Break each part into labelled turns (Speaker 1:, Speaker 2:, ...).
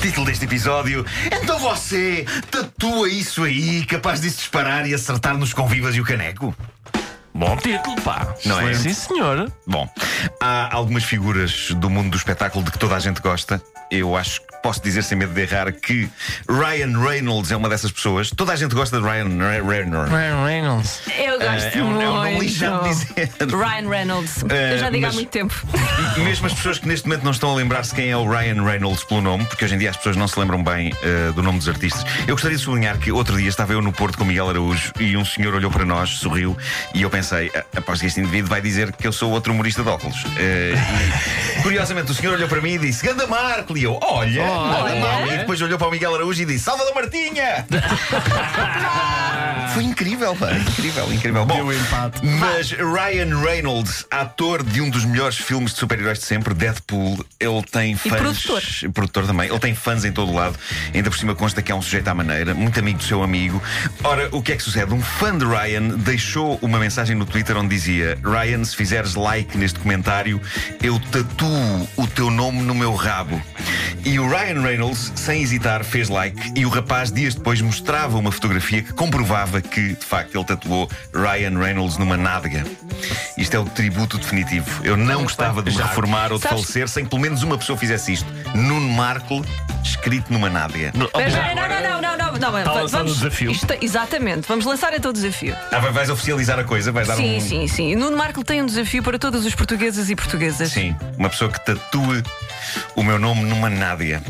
Speaker 1: Título deste episódio: Então você tatua isso aí, capaz de se disparar e acertar nos convivas e o caneco?
Speaker 2: Bom título, pá.
Speaker 1: Não é?
Speaker 2: Sim, senhor.
Speaker 1: Bom, há algumas figuras do mundo do espetáculo de que toda a gente gosta. Eu acho que posso dizer sem medo de errar que Ryan Reynolds é uma dessas pessoas. Toda a gente gosta de Ryan Re- Reynolds.
Speaker 2: Ryan Reynolds.
Speaker 3: Eu gosto
Speaker 1: é um-
Speaker 3: muito.
Speaker 1: é um nome lixado de dizer.
Speaker 3: Ryan Reynolds.
Speaker 1: Eh,
Speaker 3: eu já digo
Speaker 1: mas-
Speaker 3: há muito tempo.
Speaker 1: Mesmo as pessoas que neste momento não estão a lembrar-se quem é o Ryan Reynolds pelo nome, porque hoje em dia as pessoas não se lembram bem eh, do nome dos artistas. Eu gostaria de sublinhar que outro dia estava eu no Porto com o Miguel Araújo e um senhor olhou para nós, sorriu, e eu pensei, "Ah, aposto que este indivíduo vai dizer que eu sou outro humorista de óculos. Eh, e, curiosamente, o senhor olhou para mim e disse, Ganda Marco, e eu, olha, nada mal." E depois olhou para o Miguel Araújo e disse, Salvador Martinha! Foi incrível, pá. Incrível, incrível. Bom,
Speaker 4: empate.
Speaker 1: mas Ryan Reynolds, ator de um dos melhores filmes de super-heróis de sempre, Deadpool, ele tem fãs.
Speaker 3: produtor.
Speaker 1: Produtor também. Ele tem fãs em todo o lado. Ainda por cima consta que é um sujeito à maneira, muito amigo do seu amigo. Ora, o que é que sucede? Um fã de Ryan deixou uma mensagem no Twitter onde dizia: Ryan, se fizeres like neste comentário, eu tatuo o teu nome no meu rabo. E o Ryan Reynolds, sem hesitar, fez like e o rapaz, dias depois, mostrava uma fotografia que comprovava que, de facto, ele tatuou Ryan Reynolds numa nádega. Isto é o tributo definitivo. Eu não gostava de me reformar ou de
Speaker 3: Sabes-
Speaker 1: falecer sem que pelo menos uma pessoa fizesse isto. Nuno Marco, escrito numa nádega.
Speaker 3: Mas, não, não, não, não, não, não,
Speaker 2: Está lançado
Speaker 1: um
Speaker 3: vamos,
Speaker 2: o desafio.
Speaker 3: isto- exatamente, vamos lançar então o desafio.
Speaker 1: Ah, vai- vais oficializar a coisa, vais dar
Speaker 3: Sim,
Speaker 1: um.
Speaker 3: sim, sim. Nuno Marco tem um desafio para todos os portugueses e portuguesas.
Speaker 1: Sim, uma pessoa que tatue o meu nome numa nádega.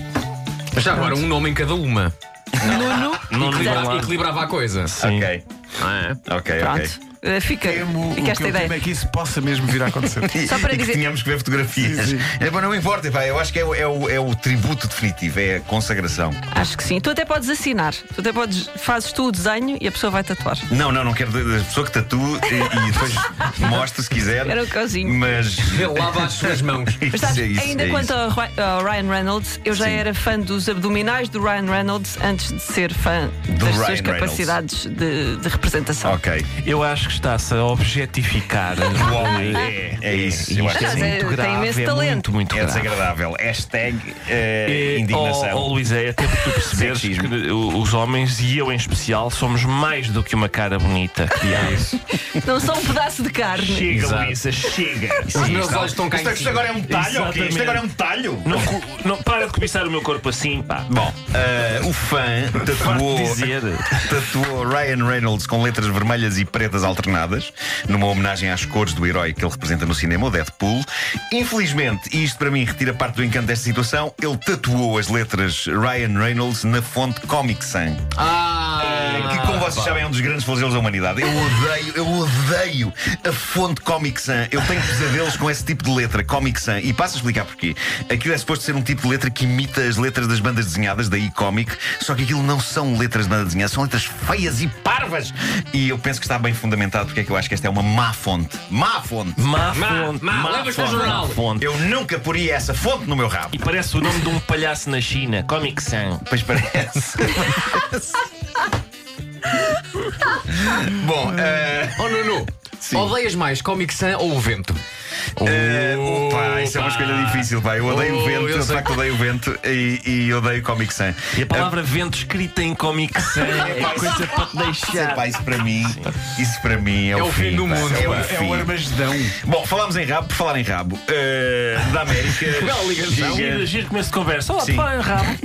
Speaker 5: Mas já agora um nome em cada uma.
Speaker 3: Nuno,
Speaker 2: Não digam
Speaker 5: Equilibra-
Speaker 2: lá.
Speaker 5: Equilibrava a coisa.
Speaker 2: Sim.
Speaker 1: Ok,
Speaker 5: Ah,
Speaker 1: ok, ok.
Speaker 3: pronto, eh, fica,
Speaker 4: Temo, o que
Speaker 3: fica
Speaker 4: eu
Speaker 3: esta
Speaker 4: temo
Speaker 3: ideia.
Speaker 4: é que isso possa mesmo vir a acontecer.
Speaker 1: E-
Speaker 3: Só para
Speaker 1: e que
Speaker 3: dizer-
Speaker 1: tínhamos que ver fotografias.
Speaker 4: Sim, sim.
Speaker 1: É, mas não importa, pá, eu acho que é, o- é o, é o tributo definitivo, é a consagração.
Speaker 3: Acho que sim. Tu até podes assinar. Tu até podes, fazes tu o desenho e a pessoa vai tatuar.
Speaker 1: Não, não, não quero da da pessoa que tatue e, e depois mostra se quiser.
Speaker 3: Era o cozinho.
Speaker 1: Mas.
Speaker 5: é. Ele lava as suas mãos.
Speaker 3: Mas sabes,
Speaker 1: Isso é isso,
Speaker 3: ainda
Speaker 1: é
Speaker 3: quanto
Speaker 1: isso.
Speaker 3: ao Ri- ao Ryan Reynolds, eu já
Speaker 1: Sim.
Speaker 3: era fã dos abdominais do Ryan Reynolds antes de ser fã
Speaker 1: Ryan
Speaker 3: das suas
Speaker 1: Reynolds.
Speaker 3: capacidades de, de representação.
Speaker 1: Ok.
Speaker 2: Eu acho que está-se a objetificar o homem.
Speaker 1: É, é isso.
Speaker 2: Isto
Speaker 1: Eu acho que
Speaker 3: Mas
Speaker 1: sim.
Speaker 3: é-
Speaker 2: muito
Speaker 3: tem
Speaker 2: grave,
Speaker 3: imenso
Speaker 2: é muito,
Speaker 3: talento.
Speaker 2: muito
Speaker 1: É
Speaker 2: grave.
Speaker 1: desagradável. Hashtag eh,
Speaker 2: É,
Speaker 1: indignação.
Speaker 2: Oh, oh, Luís, é até porque tu perceberes
Speaker 1: Sexismo.
Speaker 2: que o- os homens, e eu em especial, somos mais do que uma cara bonita.
Speaker 3: Não só um pedaço de carne.
Speaker 2: Chega,
Speaker 5: Exato.
Speaker 2: Luísa, chega.
Speaker 5: Os
Speaker 1: Sim,
Speaker 5: meus
Speaker 1: está.
Speaker 5: olhos estão cá em
Speaker 1: Isto, isto
Speaker 5: cima.
Speaker 1: agora é um talho, ok? Isto
Speaker 2: Exatamente.
Speaker 1: agora é um talho.
Speaker 2: Não, cu- não, para de cobiçar o meu corpo assim, pá.
Speaker 1: Bom, eh, o fã tatuou,
Speaker 2: Farto dizer.
Speaker 1: tatuou Ryan Reynolds com letras vermelhas e pretas alternadas, numa homenagem às cores do herói que ele representa no cinema, o Deadpool. Infelizmente, e isto para mim retira parte do encanto desta situação, ele tatuou as letras Ryan Reynolds na fonte Comic Sans.
Speaker 5: Ah,
Speaker 1: Que, como vocês sabem, é um dos grandes flagelos da humanidade. Eu odeio, eu odeio a fonte Comic Sans. Eu tenho pesadelos com esse tipo de letra, Comic Sans. E passo a explicar porquê. Aquilo é suposto ser um tipo de letra que imita as letras das bandas desenhadas, daí Comic. Só que aquilo não são letras de banda desenhada, são letras feias e parvas. E eu penso que está bem fundamentado porque é que eu acho que esta é uma má fonte. Má fonte.
Speaker 2: Má,
Speaker 5: Má,
Speaker 2: fonte,
Speaker 5: má,
Speaker 2: má
Speaker 5: levas no
Speaker 2: fonte,
Speaker 5: jornal.
Speaker 2: má fonte.
Speaker 1: Eu nunca poria essa fonte no meu rabo.
Speaker 2: E parece o nome de um palhaço na China, Comic Sans.
Speaker 1: Pois parece. Bom, eh,
Speaker 5: Oh, Nuno. Odeias mais Comic Sans ou o vento?
Speaker 1: Eh, opa, isso é uma escolha difícil, pá. Eu odeio o
Speaker 5: Oh,
Speaker 1: vento,
Speaker 5: eu
Speaker 1: eu de
Speaker 5: sei.
Speaker 1: facto odeio o vento e, e odeio Comic Sans.
Speaker 2: E a palavra vento escrita em Comic Sans é coisa para te
Speaker 1: Sei,
Speaker 2: deixar.
Speaker 1: pá, isso para mim, isso para mim é,
Speaker 5: o fim do
Speaker 1: pá.
Speaker 5: mundo.
Speaker 1: É o
Speaker 5: É o-
Speaker 4: É
Speaker 1: fim.
Speaker 4: um armagedão.
Speaker 1: Bom, falámos em rabo, por falar em rabo, eh, da América.
Speaker 5: Bela ligação.
Speaker 1: chega-
Speaker 2: Giro, giro, começo de conversa. Olá,
Speaker 1: Sim.
Speaker 2: pá, rabo.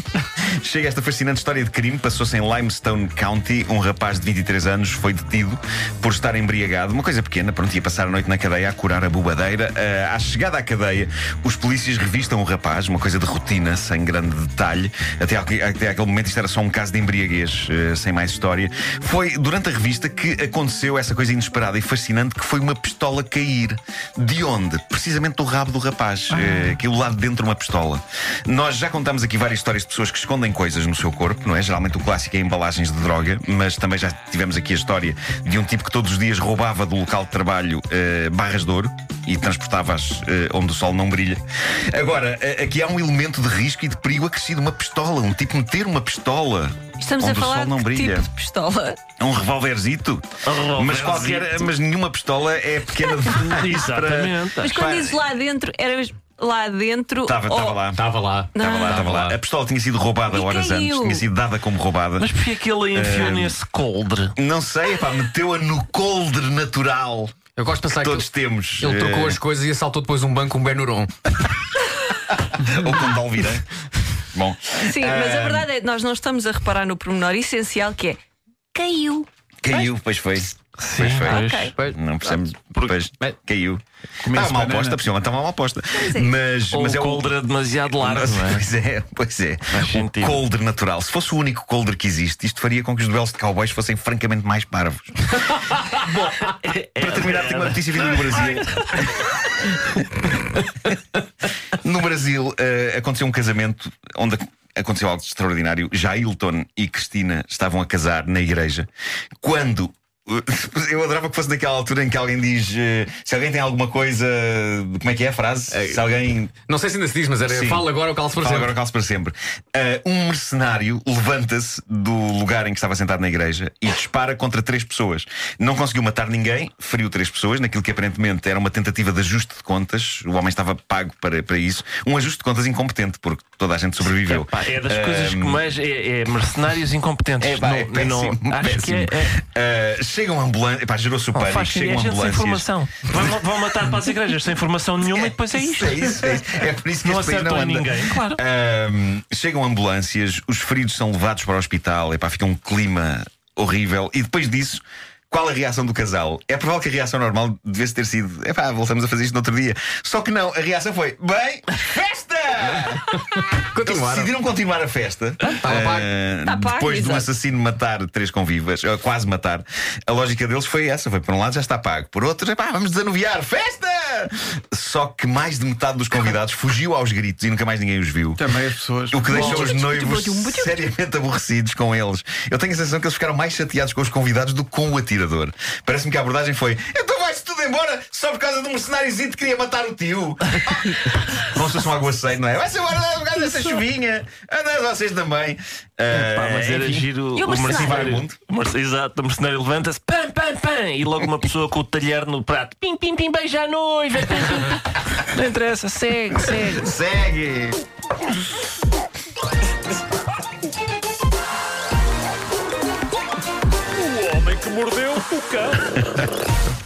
Speaker 1: Chega esta fascinante história de crime. Passou-se em Limestone County. Um rapaz de 23 anos foi detido por estar embriagado. Uma coisa pequena, pronto, ia passar a noite na cadeia a curar a bobadeira. Ah, à chegada à cadeia, os polícias revistam o rapaz, uma coisa de rotina, sem grande detalhe. Até, ao- até aquele momento isto era só um caso de embriaguez, eh, sem mais história. Foi durante a revista que aconteceu essa coisa inesperada e fascinante que foi uma pistola cair. De onde? Precisamente do rabo do rapaz. Eh, aquilo lá de dentro uma pistola. Nós já contámos aqui várias histórias de pessoas que escondem coisas no seu corpo, não é? Geralmente o clássico é embalagens de droga, mas também já tivemos aqui a história de um tipo que todos os dias roubava do local de trabalho eh, barras de ouro e transportava-as eh, onde o sol não brilha. Agora, eh, aqui há um elemento de risco e de perigo acrescido. Uma pistola, um tipo meter uma pistola
Speaker 3: Estamos
Speaker 1: onde
Speaker 3: a falar
Speaker 1: o sol não
Speaker 3: de que
Speaker 1: brilha.
Speaker 3: tipo de pistola.
Speaker 1: É um revolverzito.
Speaker 2: Um
Speaker 1: Mas, qualquer,
Speaker 2: revolverzito.
Speaker 1: mas nenhuma pistola é pequena demais para-
Speaker 2: Exatamente.
Speaker 3: Mas quando
Speaker 1: Pá,
Speaker 3: dizes lá dentro, era mesmo lá dentro.
Speaker 1: Estava
Speaker 3: ou-
Speaker 1: estava lá.
Speaker 5: Estava lá.
Speaker 1: Estava lá, estava lá. A pistola tinha sido roubada
Speaker 3: E
Speaker 1: horas
Speaker 3: caiu.
Speaker 1: antes, tinha sido dada como roubada.
Speaker 2: Mas porquê é que ele a enfiou
Speaker 1: Eh,
Speaker 2: nesse coldre?
Speaker 1: Não sei, pá, meteu-a no coldre natural.
Speaker 5: Eu gosto de pensar
Speaker 1: Todos
Speaker 5: Tá, que
Speaker 1: temos.
Speaker 5: ele, ele trocou
Speaker 1: eh,
Speaker 5: as coisas e assaltou depois um banco com um Benuron.
Speaker 1: Eh, Ou com Dalvira. Bom.
Speaker 3: Sim, mas
Speaker 1: Ah.
Speaker 3: a verdade é que nós não estamos a reparar no pormenor essencial que é caiu.
Speaker 1: Caiu, pois foi.
Speaker 2: Sim,
Speaker 1: pois foi.
Speaker 3: Ok.
Speaker 5: Pois.
Speaker 1: Não percebemos. Pois, caiu. Tá,
Speaker 2: Comeu-se
Speaker 1: Estava mal
Speaker 2: banana.
Speaker 1: posta, a pessoa estava mal posta.
Speaker 3: é.
Speaker 1: Mas,
Speaker 2: Ou
Speaker 1: mas
Speaker 2: o
Speaker 1: é o.
Speaker 2: coldre é demasiado largo,
Speaker 1: Mas-
Speaker 2: não é?
Speaker 1: Pois é, pois é. O
Speaker 2: sentido.
Speaker 1: coldre natural. Se fosse o único coldre que existe, isto faria com que os duelos de cowboys fossem francamente mais parvos.
Speaker 2: É,
Speaker 1: Para terminar, tenho uma notícia vinda do Brasil. no Brasil, eh, aconteceu um casamento onde ac- aconteceu algo extraordinário. Jailton e Cristina estavam a casar na igreja quando. eh, Eu adorava que fosse naquela altura em que alguém diz eh, se alguém tem alguma coisa. Como é que é a frase? Se alguém.
Speaker 5: Não sei se ainda se diz, mas era
Speaker 1: Sim.
Speaker 5: fala agora o calço para
Speaker 1: Fala
Speaker 5: sempre.
Speaker 1: é agora calço para sempre. Ah, um mercenário levanta-se do lugar em que estava sentado na igreja e dispara contra três pessoas. Não conseguiu matar ninguém, feriu três pessoas, naquilo que aparentemente era uma tentativa de ajuste de contas. O homem estava pago para, para isso. Um ajuste de contas incompetente, porque toda a gente sobreviveu. Ah,
Speaker 2: Pá, é das coisas que mais. É, é mercenários incompetentes.
Speaker 1: É, pá, é
Speaker 2: Não- não-
Speaker 1: péssimo,
Speaker 2: acho que é.
Speaker 1: péssimo.
Speaker 2: é-
Speaker 1: Ah, chegam ambulâncias. Pá, gerou-se o
Speaker 2: Não,
Speaker 1: pânico. um
Speaker 2: faz
Speaker 1: Chegam
Speaker 2: Oh, gente sem
Speaker 1: ambulâncias.
Speaker 2: formação. Vão, vão matar para as igrejas sem formação nenhuma e depois é isto.
Speaker 1: É isso, é isso. É por isso que
Speaker 2: Não
Speaker 1: este país não
Speaker 2: acertam em
Speaker 1: anda.
Speaker 2: ninguém, claro.
Speaker 1: Ahm, chegam ambulâncias, os feridos são levados para o hospital, epá, fica um clima horrível. E depois disso, qual a reação do casal? É provável que a reação normal devesse ter sido: epá, voltamos a fazer isto no outro dia. Só que não, a reação foi: bem, festa! Eles
Speaker 5: Continuaram.
Speaker 1: decidiram continuar a festa.
Speaker 5: estava
Speaker 1: Ah,
Speaker 5: pago.
Speaker 3: Tá pago,
Speaker 1: depois de um
Speaker 3: exato.
Speaker 1: assassino matar três convivas, ou quase matar, a lógica deles foi essa: foi por um lado já está pago, por outro, epá, vamos desanuviar, festa! Só que mais de metade dos convidados fugiu aos gritos e nunca mais ninguém os viu.
Speaker 4: Também as pessoas.
Speaker 1: O que deixou os noivos seriamente aborrecidos com eles. Eu tenho a sensação que eles ficaram mais chateados com os convidados do que com o atirador. Parece-me que a abordagem foi: então vais-te tudo embora só por causa de um mercenáriozinho que queria matar o tio. Como se fosse um aguaceiro, não é? Vai-se embora por causa dessa chuvinha. Andam vocês também. Ah,
Speaker 2: Pá, mas era
Speaker 1: enfim.
Speaker 2: é giro
Speaker 3: E o mercenário?
Speaker 2: O merce- Exato, o mercenário levanta-se, pam, pam, pam, e logo uma pessoa com o talher no prato, pim, pim, pim, beija a noiva, pim, pim, pim. Não interessa, segue, segue.
Speaker 1: Segue!
Speaker 2: O homem que mordeu o cão.